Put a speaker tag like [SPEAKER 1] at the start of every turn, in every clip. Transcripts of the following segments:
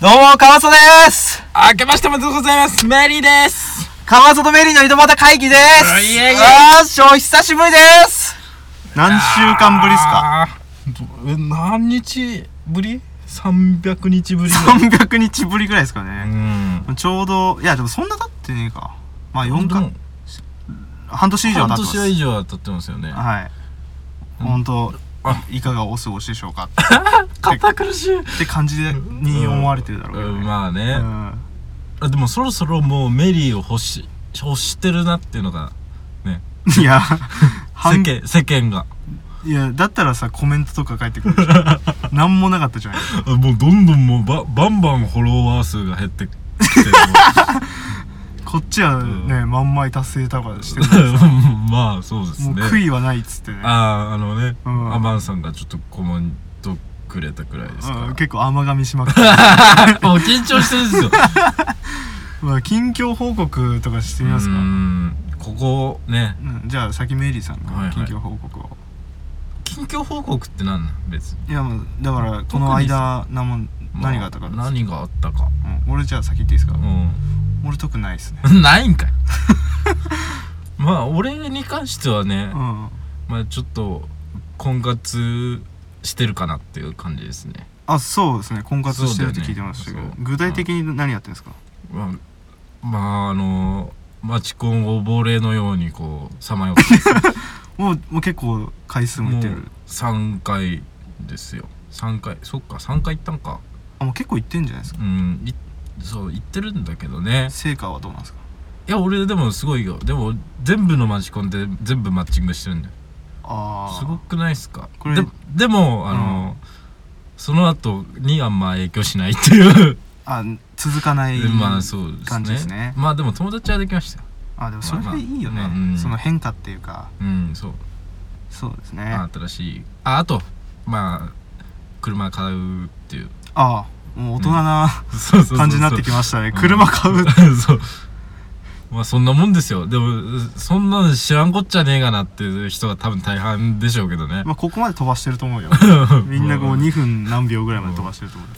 [SPEAKER 1] どうも、川里です
[SPEAKER 2] 明けましておめでとうございますメリーです
[SPEAKER 1] 川里メリーの井戸端会議です
[SPEAKER 2] あいえいえ
[SPEAKER 1] あーし、お久しぶりです何週間ぶりっすか
[SPEAKER 2] あーどえ何日ぶり ?300 日ぶりぐらい
[SPEAKER 1] ?300 日ぶりぐらいですか
[SPEAKER 2] う
[SPEAKER 1] ね。
[SPEAKER 2] ん
[SPEAKER 1] ちょうど、いや、でもそんな経ってねえか。まあ、4か、
[SPEAKER 2] 本
[SPEAKER 1] 半年以上
[SPEAKER 2] 当
[SPEAKER 1] は経っ
[SPEAKER 2] 半
[SPEAKER 1] てます
[SPEAKER 2] 年。以上は経ってますよね
[SPEAKER 1] はい。本当いかがお過ごしでしょうか
[SPEAKER 2] 堅苦しい
[SPEAKER 1] って感じでに思われてるだろうけど
[SPEAKER 2] うん
[SPEAKER 1] ね。
[SPEAKER 2] まあ
[SPEAKER 1] う
[SPEAKER 2] ね
[SPEAKER 1] ん
[SPEAKER 2] あでもそろそろもうメリーを欲し欲してるなっていうのが
[SPEAKER 1] いや、
[SPEAKER 2] 世
[SPEAKER 1] 半
[SPEAKER 2] 間世間が
[SPEAKER 1] いや、だったらさ、コメントとか返ってくるでしょ。なんもなかったじゃない
[SPEAKER 2] あもうどんどんもうばバンバンフォロワー数が減ってき てる
[SPEAKER 1] こっちはね、万枚達成とかしてる
[SPEAKER 2] まあそうです
[SPEAKER 1] もう
[SPEAKER 2] ね
[SPEAKER 1] 悔いはないっつってね
[SPEAKER 2] あああのね、
[SPEAKER 1] うん
[SPEAKER 2] アマンさんがちょっとコメントくれたくらいですから、
[SPEAKER 1] うん結構甘噛みしまく って
[SPEAKER 2] もう緊張してるんです よ
[SPEAKER 1] まあ近況報告とかしてみます
[SPEAKER 2] うー
[SPEAKER 1] か、
[SPEAKER 2] んここね
[SPEAKER 1] うん、じゃあ先メイリーさんか
[SPEAKER 2] はいは
[SPEAKER 1] ら
[SPEAKER 2] い
[SPEAKER 1] 近況報告を、い
[SPEAKER 2] 近況報告って何なん別に
[SPEAKER 1] やもうだからこの間何も
[SPEAKER 2] まあ
[SPEAKER 1] 何があったかです、
[SPEAKER 2] 何があったか
[SPEAKER 1] うん、俺じゃあ先言っていいですか、
[SPEAKER 2] う
[SPEAKER 1] 俺特にないですね
[SPEAKER 2] ん ないんかいまあ俺に関してはね、
[SPEAKER 1] うん
[SPEAKER 2] まあちょっと婚活してるかなっていう感じですね、
[SPEAKER 1] あそうですね婚活してるって
[SPEAKER 2] そうだよね
[SPEAKER 1] 聞いてましたけど、
[SPEAKER 2] そう
[SPEAKER 1] 具体的に何やってるんですか、
[SPEAKER 2] まあ、まああのマチコン溺れのようにこうさま よってます
[SPEAKER 1] もうもう結構回数もいってる
[SPEAKER 2] もう3回ですよ3回そっか3回行ったんか
[SPEAKER 1] あもう結構いってんじゃないですか
[SPEAKER 2] うんいそう行ってるんだけどね
[SPEAKER 1] 成果はどうなんですか
[SPEAKER 2] いや俺でもすごいよでも全部のマチコンで全部マッチングしてるんだよ
[SPEAKER 1] ああ
[SPEAKER 2] すごくないっすか
[SPEAKER 1] これ
[SPEAKER 2] ででもあの、その後にあんま影響しないって いう、
[SPEAKER 1] あ続かない
[SPEAKER 2] まあそうですね
[SPEAKER 1] 感じですね
[SPEAKER 2] まあでも友達はできましたよ
[SPEAKER 1] あでもそれでいいよね、
[SPEAKER 2] まあまあうん
[SPEAKER 1] その変化っていうか
[SPEAKER 2] うんそう
[SPEAKER 1] そうですね
[SPEAKER 2] まあ
[SPEAKER 1] あ
[SPEAKER 2] 新しいああとまあ車買うっていう
[SPEAKER 1] あもう大人な
[SPEAKER 2] そうそうそうそう
[SPEAKER 1] 感じになってきましたね、
[SPEAKER 2] うん
[SPEAKER 1] 車買 う、
[SPEAKER 2] そうまあそんなもんですよでもそんなの知らんこっちゃねえがなっていう人が多分大半でしょうけどね
[SPEAKER 1] まあここまで飛ばしてると思う よみんなこう2分何秒ぐらいまで飛ばしてると思う、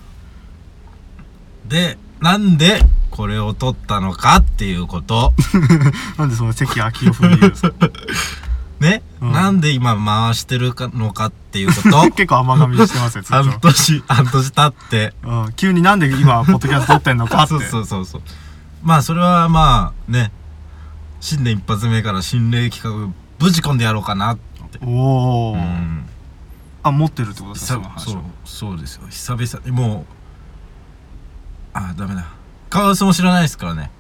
[SPEAKER 2] でなんでこれを取ったのかっていうこと
[SPEAKER 1] なんでその関明夫風に言うん ですか
[SPEAKER 2] ね、
[SPEAKER 1] うん
[SPEAKER 2] なんで今回してるかのかっていうこと
[SPEAKER 1] 結構甘噛みしてますよずっ
[SPEAKER 2] 半年半年経って
[SPEAKER 1] と、うん、急になんで今ポッドキャスト撮ってんのかって
[SPEAKER 2] そうそうそうそうまあそれはまあね新年一発目から心霊企画ぶち込んでやろうかなって
[SPEAKER 1] おお、
[SPEAKER 2] うん
[SPEAKER 1] あ持ってるってことですかそ
[SPEAKER 2] そ
[SPEAKER 1] うの話を
[SPEAKER 2] そうそうですよ久々にもうあダメだカワウソも知らないですからね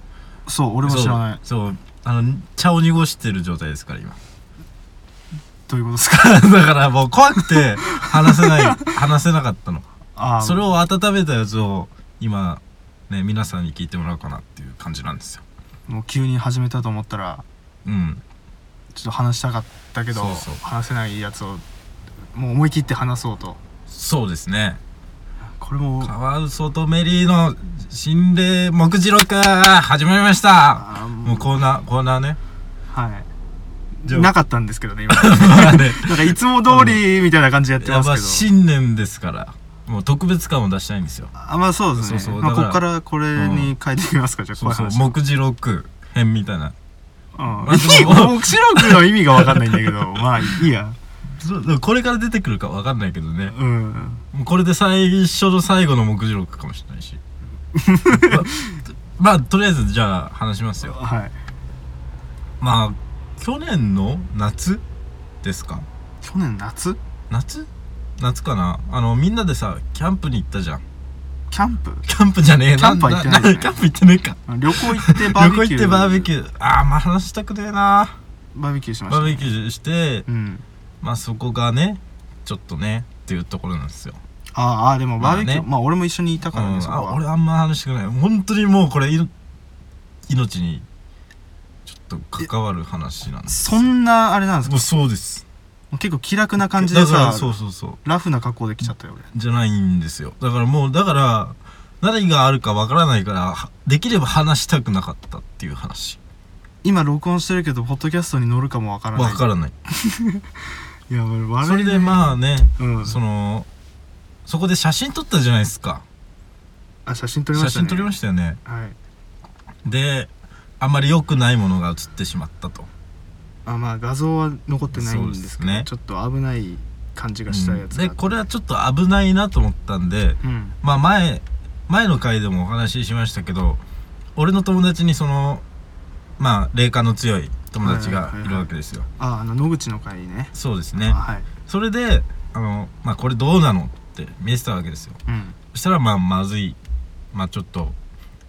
[SPEAKER 1] そう俺も知らない
[SPEAKER 2] そうそうあの茶を濁してる状態ですから今
[SPEAKER 1] どういうことですか
[SPEAKER 2] だからもう怖くて話 せない話せなかったの
[SPEAKER 1] ああ
[SPEAKER 2] それを温めたやつを今ね皆さんに聞いてもらおうかなっていう感じなんですよ
[SPEAKER 1] もう急に始めたと思ったら
[SPEAKER 2] うん
[SPEAKER 1] ちょっと話したかったけど
[SPEAKER 2] そうそう
[SPEAKER 1] 話せないやつをもう思い切って話そうと
[SPEAKER 2] そうですね
[SPEAKER 1] これも
[SPEAKER 2] カワウソとメリーの心霊目次録始まりました
[SPEAKER 1] あーも
[SPEAKER 2] もうコーナーコーナーね
[SPEAKER 1] はい
[SPEAKER 2] じゃあ
[SPEAKER 1] なかったんですけど ね今
[SPEAKER 2] まあね
[SPEAKER 1] なんかいつも通りみたいな感じでやって
[SPEAKER 2] や
[SPEAKER 1] ま
[SPEAKER 2] っぱ
[SPEAKER 1] すけど
[SPEAKER 2] 新年ですからもう特別感を出したいんですよ
[SPEAKER 1] あまあそうですね
[SPEAKER 2] そうそう
[SPEAKER 1] まあ、
[SPEAKER 2] だ
[SPEAKER 1] こ
[SPEAKER 2] から
[SPEAKER 1] こからこれに変えてみますか、じゃあ
[SPEAKER 2] そうそう
[SPEAKER 1] こ
[SPEAKER 2] 目次録編みたいな
[SPEAKER 1] う
[SPEAKER 2] まあ
[SPEAKER 1] い
[SPEAKER 2] でも
[SPEAKER 1] 話うん、目白くの意味がわかんないんだけど まあいいや
[SPEAKER 2] これから出てくるかわかんないけどね
[SPEAKER 1] うん
[SPEAKER 2] もうこれで最初の最後の目次録かもしれな いしまあとりあえずじゃあ話しますよ
[SPEAKER 1] はい
[SPEAKER 2] まあ去年の夏ですか
[SPEAKER 1] 去年夏
[SPEAKER 2] 夏夏かなあのみんなでさキャンプに行ったじゃん
[SPEAKER 1] キャンプ
[SPEAKER 2] キャンプじゃねえな
[SPEAKER 1] キャンプは行ってないですね
[SPEAKER 2] キャンプ行ってねえか
[SPEAKER 1] 旅行行ってバー
[SPEAKER 2] 旅
[SPEAKER 1] ベ
[SPEAKER 2] 行
[SPEAKER 1] キ
[SPEAKER 2] 行
[SPEAKER 1] ュー
[SPEAKER 2] ってバーベキ
[SPEAKER 1] ュ
[SPEAKER 2] ューああまあ話したくねえな
[SPEAKER 1] ーバーベキューしました
[SPEAKER 2] バー
[SPEAKER 1] ね、
[SPEAKER 2] ベキューして
[SPEAKER 1] うん
[SPEAKER 2] まあそこがねちょっとねっていうところなんですよ、
[SPEAKER 1] あーあーでもバーベキュー、
[SPEAKER 2] ま
[SPEAKER 1] ま
[SPEAKER 2] あ
[SPEAKER 1] あ
[SPEAKER 2] ね
[SPEAKER 1] 俺も一緒にいた
[SPEAKER 2] う
[SPEAKER 1] からね、
[SPEAKER 2] ん、
[SPEAKER 1] そこ
[SPEAKER 2] あ
[SPEAKER 1] は
[SPEAKER 2] 俺あんま話したくない本当にもうこれいの命にちょっと関わる話なんです
[SPEAKER 1] そんなあれなんですか
[SPEAKER 2] もうそうです
[SPEAKER 1] 結構気楽な感じで
[SPEAKER 2] だから
[SPEAKER 1] さ
[SPEAKER 2] そうそうそう
[SPEAKER 1] ラフな格好で来ちゃったよ俺
[SPEAKER 2] じゃないんですよだからもうだから何があるかわからないからはできれば話したくなかったっていう話
[SPEAKER 1] 今録音してるけどポッドキャストに乗るかもわからない
[SPEAKER 2] わからない
[SPEAKER 1] いや俺悪い
[SPEAKER 2] それでまあね
[SPEAKER 1] うん
[SPEAKER 2] そのそこで写真撮ったじゃないですか
[SPEAKER 1] あ写真撮りま
[SPEAKER 2] 写
[SPEAKER 1] したね
[SPEAKER 2] 真撮りましたよね
[SPEAKER 1] はい
[SPEAKER 2] であまり良くないものが写ってしまったと
[SPEAKER 1] あまあ画像は残ってないんです
[SPEAKER 2] そう
[SPEAKER 1] け
[SPEAKER 2] です
[SPEAKER 1] ど
[SPEAKER 2] ね
[SPEAKER 1] ちょっと危ない感じがしたやつが
[SPEAKER 2] でこれはちょっと危ないなと思ったんで
[SPEAKER 1] うん
[SPEAKER 2] まあ前前の回でもお話ししましたけど俺の友達にそのまあ霊感の強い友達がいるわけですよ、
[SPEAKER 1] ああの野口の会ね
[SPEAKER 2] そうです
[SPEAKER 1] あ
[SPEAKER 2] ね
[SPEAKER 1] はい
[SPEAKER 2] それであのまあこれどうなのって見せたわけですよ
[SPEAKER 1] うん
[SPEAKER 2] そしたらまあまずいまあちょっと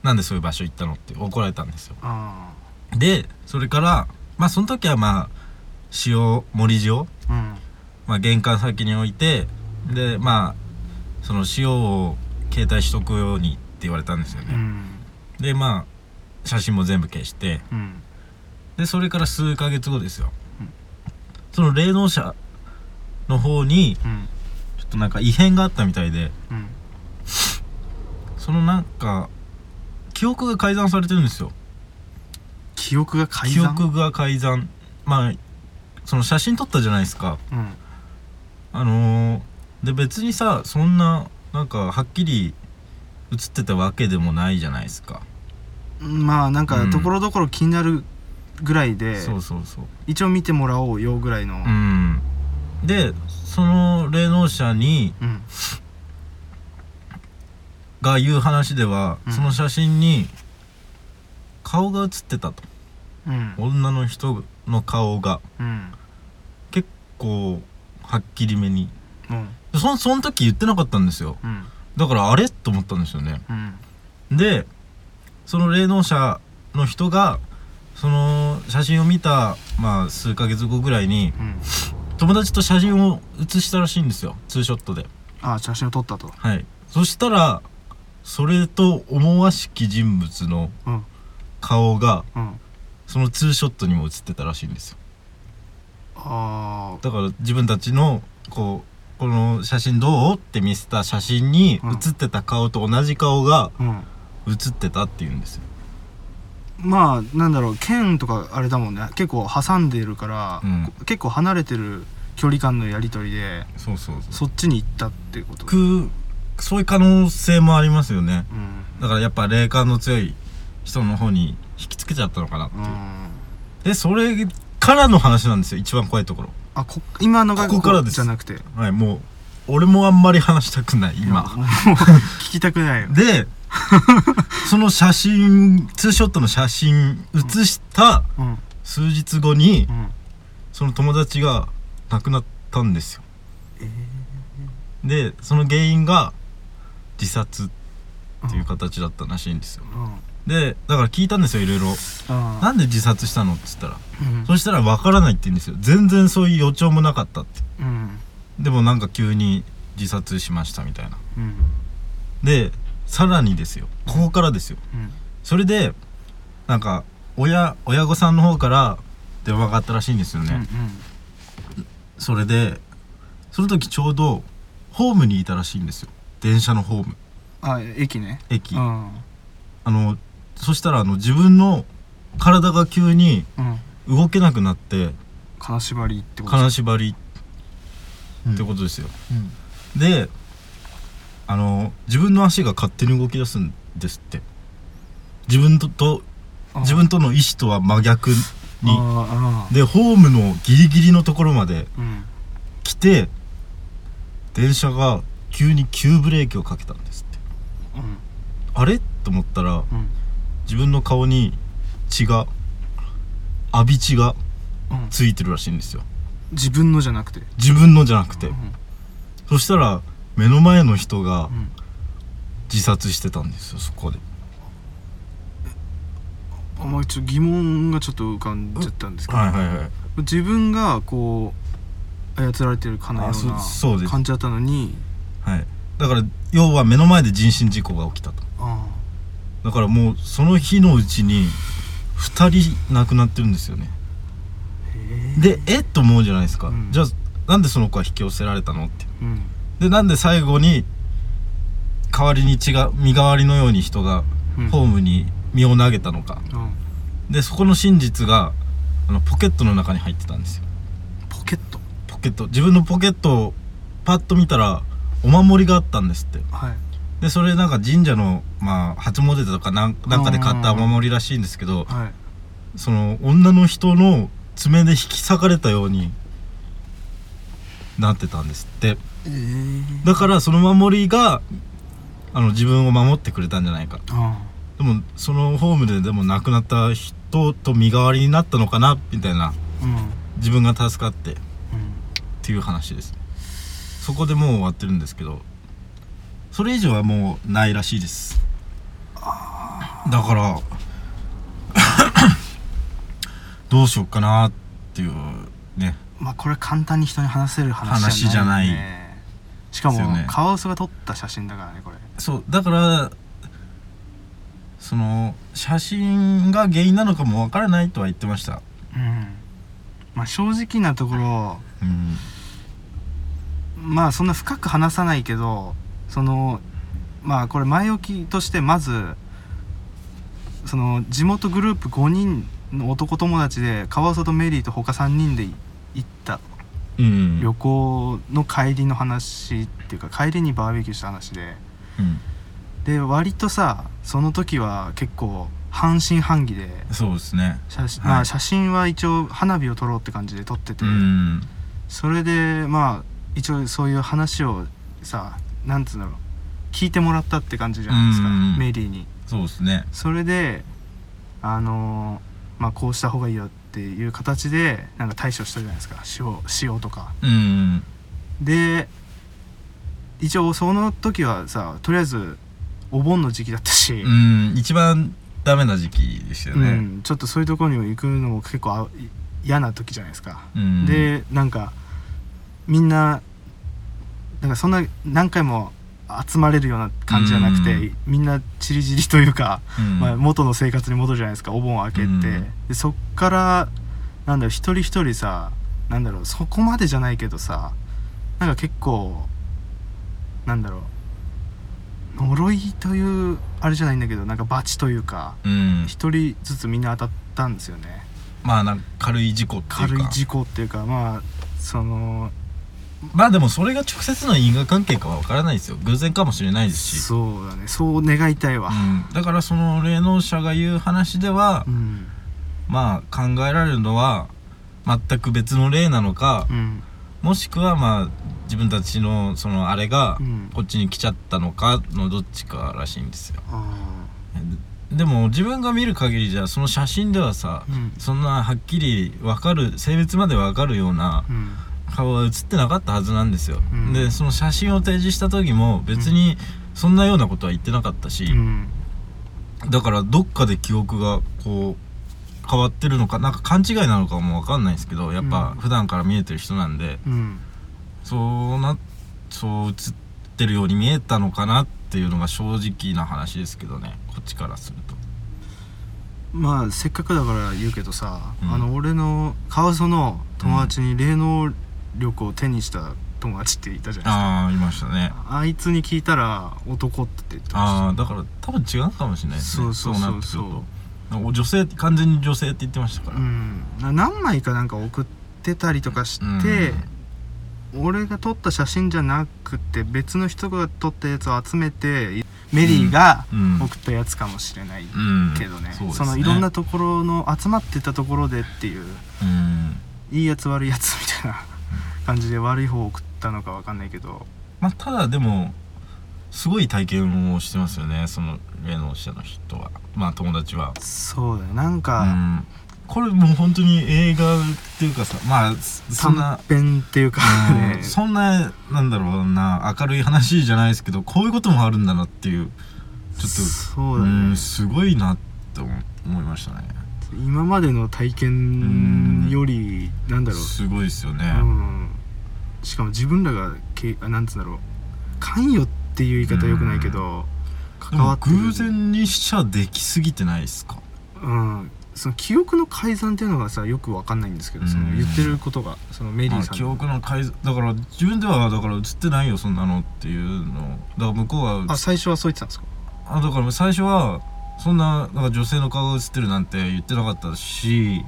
[SPEAKER 2] なんでそういう場所行ったのって怒られたんですよ
[SPEAKER 1] あ
[SPEAKER 2] でそれからまあその時はまあ塩盛り塩、
[SPEAKER 1] あうん
[SPEAKER 2] まあ、玄関先に置いてでまあその塩を携帯しとくようにって言われたんですよ
[SPEAKER 1] う
[SPEAKER 2] ね、
[SPEAKER 1] ん
[SPEAKER 2] でまあ写真も全部消して
[SPEAKER 1] うん
[SPEAKER 2] でそれから数ヶ月後ですよ、
[SPEAKER 1] うん
[SPEAKER 2] その霊能者の方に
[SPEAKER 1] うん
[SPEAKER 2] ちょっとなんか異変があったみたいで
[SPEAKER 1] うん
[SPEAKER 2] そのなんか記憶が改ざんされてるんですよ
[SPEAKER 1] 記憶が改
[SPEAKER 2] 記
[SPEAKER 1] ざん
[SPEAKER 2] 憶が改ざんまあその写真撮ったじゃないですか
[SPEAKER 1] うん
[SPEAKER 2] あのー、で別にさそんななんかはっきり写ってたわけでもないじゃないですか、
[SPEAKER 1] まあなん
[SPEAKER 2] う
[SPEAKER 1] か
[SPEAKER 2] ん
[SPEAKER 1] ところどころ気になるぐらいで、
[SPEAKER 2] そうそうそう
[SPEAKER 1] 一応見てもらおうよぐらいの、
[SPEAKER 2] うんでその霊能者に
[SPEAKER 1] うん
[SPEAKER 2] が言う話では、
[SPEAKER 1] うん
[SPEAKER 2] その写真に顔が写ってたと
[SPEAKER 1] うん
[SPEAKER 2] 女の人の顔が
[SPEAKER 1] うん
[SPEAKER 2] 結構はっきりめに
[SPEAKER 1] うん
[SPEAKER 2] そその時言ってなかったんですよ
[SPEAKER 1] うん
[SPEAKER 2] だからあれと思ったんですよね
[SPEAKER 1] うん
[SPEAKER 2] でその霊能者の人がその写真を見た、まあ、数ヶ月後ぐらいに
[SPEAKER 1] うん
[SPEAKER 2] 友達と写真を写したらしいんですよツーショットで
[SPEAKER 1] ああ写真を撮ったと
[SPEAKER 2] はいそしたらそれと思わしき人物の
[SPEAKER 1] うん
[SPEAKER 2] 顔が
[SPEAKER 1] うん
[SPEAKER 2] そのツーショットにも写ってたらしいんですよ
[SPEAKER 1] ああ
[SPEAKER 2] だから自分たちのこうこの写真どうって見せた写真に
[SPEAKER 1] うん
[SPEAKER 2] 写ってた顔と同じ顔が
[SPEAKER 1] うん
[SPEAKER 2] 写ってたっていうんですよ、
[SPEAKER 1] まあなんだろう剣とかあれだもんね結構挟んでるから、
[SPEAKER 2] うん
[SPEAKER 1] こ結構離れてる距離感のやり取りで
[SPEAKER 2] そうそうそう
[SPEAKER 1] そっちに行ったってこと
[SPEAKER 2] くそういう可能性もありますよね
[SPEAKER 1] うん
[SPEAKER 2] だからやっぱ霊感の強い人の方に引きつけちゃったのかなっていうう、
[SPEAKER 1] ん
[SPEAKER 2] でそれからの話なんですよ一番怖いところ
[SPEAKER 1] あこ今のが
[SPEAKER 2] ここからです
[SPEAKER 1] じゃなくて
[SPEAKER 2] はいもう俺もあんまり話したくない
[SPEAKER 1] いや
[SPEAKER 2] 今
[SPEAKER 1] もう聞きたく ないよ
[SPEAKER 2] でその写真ツーショットの写真写した
[SPEAKER 1] うん
[SPEAKER 2] 数日後に
[SPEAKER 1] うん
[SPEAKER 2] その友達が亡くなったんですよ
[SPEAKER 1] えー
[SPEAKER 2] でその原因が自殺っていう形だったらしいんですよ
[SPEAKER 1] うん
[SPEAKER 2] でだから聞いたんですよいろいろ
[SPEAKER 1] あ
[SPEAKER 2] なんで自殺したのって言ったら
[SPEAKER 1] ーうん
[SPEAKER 2] そしたら分からないって言うんですよ全然そういう予兆もなかったって
[SPEAKER 1] うん
[SPEAKER 2] でもなんか急に自殺しましたみたいな
[SPEAKER 1] うん
[SPEAKER 2] でさらにですよここからですよ
[SPEAKER 1] うん
[SPEAKER 2] それでなんか親親御さんの方から電話があったらしいんですよね、それでその時ちょうどホームにいたらしいんですよ電車のホーム
[SPEAKER 1] うんあ駅ね
[SPEAKER 2] 駅、
[SPEAKER 1] う
[SPEAKER 2] あ
[SPEAKER 1] ん
[SPEAKER 2] のそしたらあの自分の体が急に
[SPEAKER 1] うん
[SPEAKER 2] 動けなくなって
[SPEAKER 1] 金縛りってこと
[SPEAKER 2] 金縛りってことですよ、であの自分の足が勝手に動き出すんですって自分とと
[SPEAKER 1] うん
[SPEAKER 2] 自分との意思とは真逆
[SPEAKER 1] あ
[SPEAKER 2] に
[SPEAKER 1] ーあー
[SPEAKER 2] でホームのギリギリのところまで
[SPEAKER 1] うん
[SPEAKER 2] 来て電車が急に急ブレーキをかけたんですって
[SPEAKER 1] うん
[SPEAKER 2] あれと思ったら
[SPEAKER 1] うん
[SPEAKER 2] 自分の顔に血が浴び血が
[SPEAKER 1] うん
[SPEAKER 2] ついてるらしいんですよ
[SPEAKER 1] 自分のじゃなくて
[SPEAKER 2] 自分のじゃなくて
[SPEAKER 1] うん
[SPEAKER 2] そしたら目の前の人が
[SPEAKER 1] うん
[SPEAKER 2] 自殺してたんですよそこで
[SPEAKER 1] あまりちょっと疑問がちょっと浮かんじゃったんですけど
[SPEAKER 2] はいはいはい
[SPEAKER 1] 自分がこう操られてるかのよ
[SPEAKER 2] あそうそううで
[SPEAKER 1] な
[SPEAKER 2] す
[SPEAKER 1] 感じだったのに
[SPEAKER 2] はいだから要は目の前で人身事故が起きたと
[SPEAKER 1] あ
[SPEAKER 2] だからもうその日のうちに2人亡くなってるんですよね
[SPEAKER 1] ーへえ
[SPEAKER 2] でえっと思うじゃないですか、
[SPEAKER 1] うん
[SPEAKER 2] じゃあなんでその子は引き寄せられたのって
[SPEAKER 1] うん
[SPEAKER 2] でなんで最後に代わりに血が身代わりのように人が
[SPEAKER 1] うん
[SPEAKER 2] ホームに身を投げたのか、
[SPEAKER 1] うん
[SPEAKER 2] でそこの真実があのポケットの中に入ってたんですよ
[SPEAKER 1] ポケット
[SPEAKER 2] ポケット自分のポケットをパッと見たらお守りがあったんですって
[SPEAKER 1] はい
[SPEAKER 2] でそれなんか神社の、まあ、初詣とかなんなんかで買ったお守りらしいんですけど
[SPEAKER 1] はい
[SPEAKER 2] その女の人の爪で引き裂かれたようになってたんですって
[SPEAKER 1] ええ
[SPEAKER 2] だからその守りがあの自分を守ってくれたんじゃないか
[SPEAKER 1] あ
[SPEAKER 2] でもそのホームででも亡くなった人と身代わりになったのかなみたいな
[SPEAKER 1] あうん
[SPEAKER 2] 自分が助かってっ
[SPEAKER 1] うん
[SPEAKER 2] ていう話ですそこでもう終わってるんですけどそれ以上はもうないらしいですだから どうしようかなっていうね
[SPEAKER 1] まあこれは簡単に人に話せる話
[SPEAKER 2] 話
[SPEAKER 1] じ
[SPEAKER 2] じ
[SPEAKER 1] ゃ
[SPEAKER 2] ゃ
[SPEAKER 1] な
[SPEAKER 2] ないい
[SPEAKER 1] よね、しかも
[SPEAKER 2] ですよね
[SPEAKER 1] カワウソが撮った写真だからねこれ
[SPEAKER 2] そうだからその写真が原因なのかもわからないとは言ってました
[SPEAKER 1] うんまあ正直なところ
[SPEAKER 2] うん
[SPEAKER 1] まあそんな深く話さないけどそのまあこれ前置きとしてまずその地元グループ5人の男友達でカワウソとメリーと他3人で行った
[SPEAKER 2] うん
[SPEAKER 1] 旅行の帰りの話っていうか帰りにバーベキューした話で
[SPEAKER 2] うん
[SPEAKER 1] で割とさその時は結構半信半疑で
[SPEAKER 2] そうですね
[SPEAKER 1] 写真,、
[SPEAKER 2] はい
[SPEAKER 1] まあ、写真は一応花火を撮ろうって感じで撮ってて、
[SPEAKER 2] うん
[SPEAKER 1] それでまあ一応そういう話をさなんつうんだろう聞いてもらったって感じじゃないですか、
[SPEAKER 2] うん
[SPEAKER 1] メリーに
[SPEAKER 2] そうですね
[SPEAKER 1] それであのーまあこうした方がいいよっていう形でなんか対処したじゃないですかしようしようとか
[SPEAKER 2] うん
[SPEAKER 1] で一応その時はさとりあえずお盆の時期だったし、
[SPEAKER 2] うん一番ダメな時期でしたよ
[SPEAKER 1] う
[SPEAKER 2] ね
[SPEAKER 1] んちょっとそういうところにも行くのも結構あい嫌な時じゃないですか、
[SPEAKER 2] うん
[SPEAKER 1] でなんかみんななんかそんな何回も集まれるような感じじゃなくて、
[SPEAKER 2] うん
[SPEAKER 1] みんな散り散りというか、
[SPEAKER 2] うん
[SPEAKER 1] まあ、元の生活に戻るじゃないですかお盆を開けて、
[SPEAKER 2] うん
[SPEAKER 1] でそっからなんだろう一人一人さなんだろうそこまでじゃないけどさなんか結構なんだろう呪いというあれじゃないんだけどなんか罰というか
[SPEAKER 2] うん
[SPEAKER 1] 一人ずつみんな当たったんですよね
[SPEAKER 2] まあなんか軽い事故っていう
[SPEAKER 1] 軽い
[SPEAKER 2] か
[SPEAKER 1] 事故っていうかまあその
[SPEAKER 2] まあでもそれが直接の因果関係かはわからないですよ偶然かもしれないですし、
[SPEAKER 1] そうだねそう願いたいわ
[SPEAKER 2] うん、だからその霊能者が言う話では
[SPEAKER 1] う、ん
[SPEAKER 2] まあ考えられるのは全く別の霊なのか
[SPEAKER 1] う、ん
[SPEAKER 2] もしくはまあ自分たちのそのあれが
[SPEAKER 1] うん
[SPEAKER 2] こっちに来ちゃったのかのどっちからしいんですよ
[SPEAKER 1] あ
[SPEAKER 2] ででも自分が見る限りじゃその写真ではさ
[SPEAKER 1] ーうん
[SPEAKER 2] そんなはっきり分かる性別まで分かるような
[SPEAKER 1] うん
[SPEAKER 2] 顔は写ってなかったはずなんですよ、
[SPEAKER 1] うん
[SPEAKER 2] でその写真を提示した時も別にそんなようなことは言ってなかったし、
[SPEAKER 1] うん
[SPEAKER 2] だからどっかで記憶がこう変わってるのかなんか勘違いなのかも分かんないですけどやっぱ
[SPEAKER 1] うん
[SPEAKER 2] 普段から見えてる人なんで、
[SPEAKER 1] うん
[SPEAKER 2] そうなそう映ってるように見えたのかなっていうのが正直な話ですけどねこっちからすると。
[SPEAKER 1] まあせっかくだから言うけどさ、
[SPEAKER 2] うん
[SPEAKER 1] あの俺の川ソの友達に霊能力を手にした友達っていたじゃない
[SPEAKER 2] ああいましたね
[SPEAKER 1] です。か、あいつに聞いたら男って言って
[SPEAKER 2] あ
[SPEAKER 1] ま
[SPEAKER 2] あだから多分違うかもしれないですね
[SPEAKER 1] そうそうそうそう
[SPEAKER 2] なってくると女性完全に女性って言ってました
[SPEAKER 1] し
[SPEAKER 2] か
[SPEAKER 1] た
[SPEAKER 2] ら、
[SPEAKER 1] うんな何枚かなんか送ってたりとかして、俺が撮った写真じゃなくて別の人が撮ったやつを集めてメリーが
[SPEAKER 2] うん
[SPEAKER 1] 送ったやつかもしれない
[SPEAKER 2] うん
[SPEAKER 1] けどね,、
[SPEAKER 2] うです
[SPEAKER 1] そのいろんなところの集まってたところでっていう
[SPEAKER 2] うん
[SPEAKER 1] いいやつ悪いやつみたいな感じで悪い方を送ったのかわかんないけど
[SPEAKER 2] まあただでもすごい体験をしてますよねその霊能者の人はまあ友達は、
[SPEAKER 1] そうだねなん
[SPEAKER 2] う
[SPEAKER 1] か
[SPEAKER 2] ん、これもう本当に映画っていうかさまあそんな
[SPEAKER 1] 短編っていうか
[SPEAKER 2] う
[SPEAKER 1] ね
[SPEAKER 2] んそんななんだろうな明るい話じゃないですけどこういうこともあるんだなっていうちょっと
[SPEAKER 1] そうだね、
[SPEAKER 2] んすごいなって思思いましたね
[SPEAKER 1] 今までの体験よりなんだろう
[SPEAKER 2] すごいですよね、
[SPEAKER 1] うん、しかも自分らがけあなんつうんだろう関与っていう言い方はよくないけど、
[SPEAKER 2] で
[SPEAKER 1] 関わ
[SPEAKER 2] も
[SPEAKER 1] ってる
[SPEAKER 2] 偶然にしちゃできすぎてないですか
[SPEAKER 1] うんその記憶の改ざんっていうのがさよくわかんないんですけど、その
[SPEAKER 2] うん
[SPEAKER 1] 言ってることがそのメリー
[SPEAKER 2] まあ
[SPEAKER 1] さん
[SPEAKER 2] 記
[SPEAKER 1] の
[SPEAKER 2] 憶の改ざんだから自分ではだから映ってないよそんなのっていうのだから向こうは
[SPEAKER 1] あ最初はそう言ってたんですか
[SPEAKER 2] あだから最初はそんななんか女性の顔が映ってるなんて言ってなかったし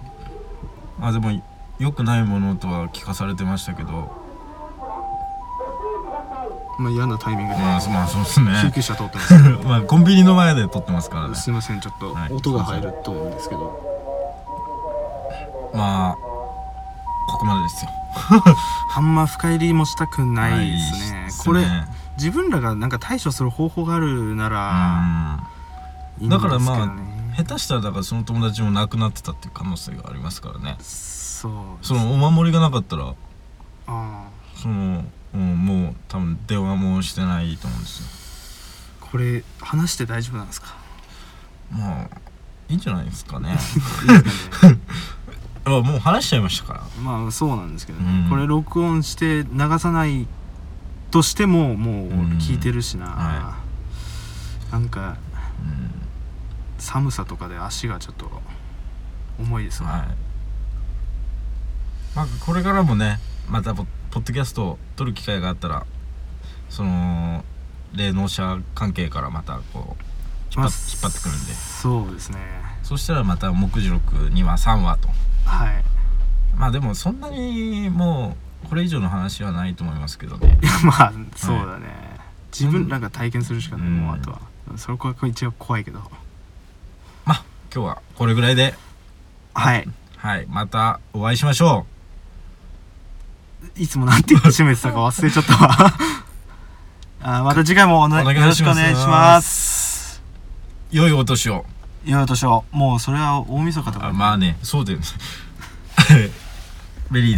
[SPEAKER 2] あでも良くないものとは聞かされてましたけど
[SPEAKER 1] まあ、嫌なタイミングで
[SPEAKER 2] まあ、まあ、そうですね
[SPEAKER 1] 救急車通ってますけ
[SPEAKER 2] まあコンビニの前で撮ってますから
[SPEAKER 1] ど
[SPEAKER 2] ね
[SPEAKER 1] すいませんちょっと
[SPEAKER 2] はい
[SPEAKER 1] 音が入ると思うんですけど
[SPEAKER 2] まあここまでですよ
[SPEAKER 1] あんま深入りもしたくないですね
[SPEAKER 2] です
[SPEAKER 1] これ
[SPEAKER 2] ね
[SPEAKER 1] 自分らがなんか対処する方法があるならいいんで
[SPEAKER 2] だ
[SPEAKER 1] すけ
[SPEAKER 2] か
[SPEAKER 1] ど、ね
[SPEAKER 2] らまあうん下手したらだからその友達も亡くなってたっていう可能性がありますからね
[SPEAKER 1] そう
[SPEAKER 2] そのお守りがなかったら
[SPEAKER 1] あ
[SPEAKER 2] その、うん、もう多分電話もしてないと思うんですよ
[SPEAKER 1] あこれ話して大丈夫なん ですか
[SPEAKER 2] まあいいんじゃないですか
[SPEAKER 1] い
[SPEAKER 2] ね
[SPEAKER 1] いですかね
[SPEAKER 2] あもう話しちゃいましたから
[SPEAKER 1] まあそうなんですけどね、
[SPEAKER 2] うん
[SPEAKER 1] これ録音して流さないとしてももう
[SPEAKER 2] うん
[SPEAKER 1] 聞いてるしな、
[SPEAKER 2] は
[SPEAKER 1] なんか
[SPEAKER 2] うん
[SPEAKER 1] 寒さとかで足がちょっと重いですわ、
[SPEAKER 2] はいまあこれからもねまたポポッドキャストを撮る機会があったらその霊能者関係からまたこう引っ張
[SPEAKER 1] まあ
[SPEAKER 2] っ引っ張ってくるんで
[SPEAKER 1] そうですね
[SPEAKER 2] そしたらまた目次録2話3話と
[SPEAKER 1] はい
[SPEAKER 2] まあでもそんなにもうこれ以上の話はないと思いますけどね
[SPEAKER 1] いやまあそうだね、自分らが体験するしかない、
[SPEAKER 2] うん
[SPEAKER 1] もうあとはそれこそ一応怖いけど
[SPEAKER 2] まあ今日はこれぐらいで
[SPEAKER 1] はい
[SPEAKER 2] はいまたお会いしましょ
[SPEAKER 1] いつもなんて言って締めてたか忘れちゃったわ あーまた次回もお
[SPEAKER 2] う
[SPEAKER 1] なよろしくお願いします
[SPEAKER 2] す良いお年を
[SPEAKER 1] よいお年をもうそれは大晦日とか
[SPEAKER 2] あまあねそうだよねメリー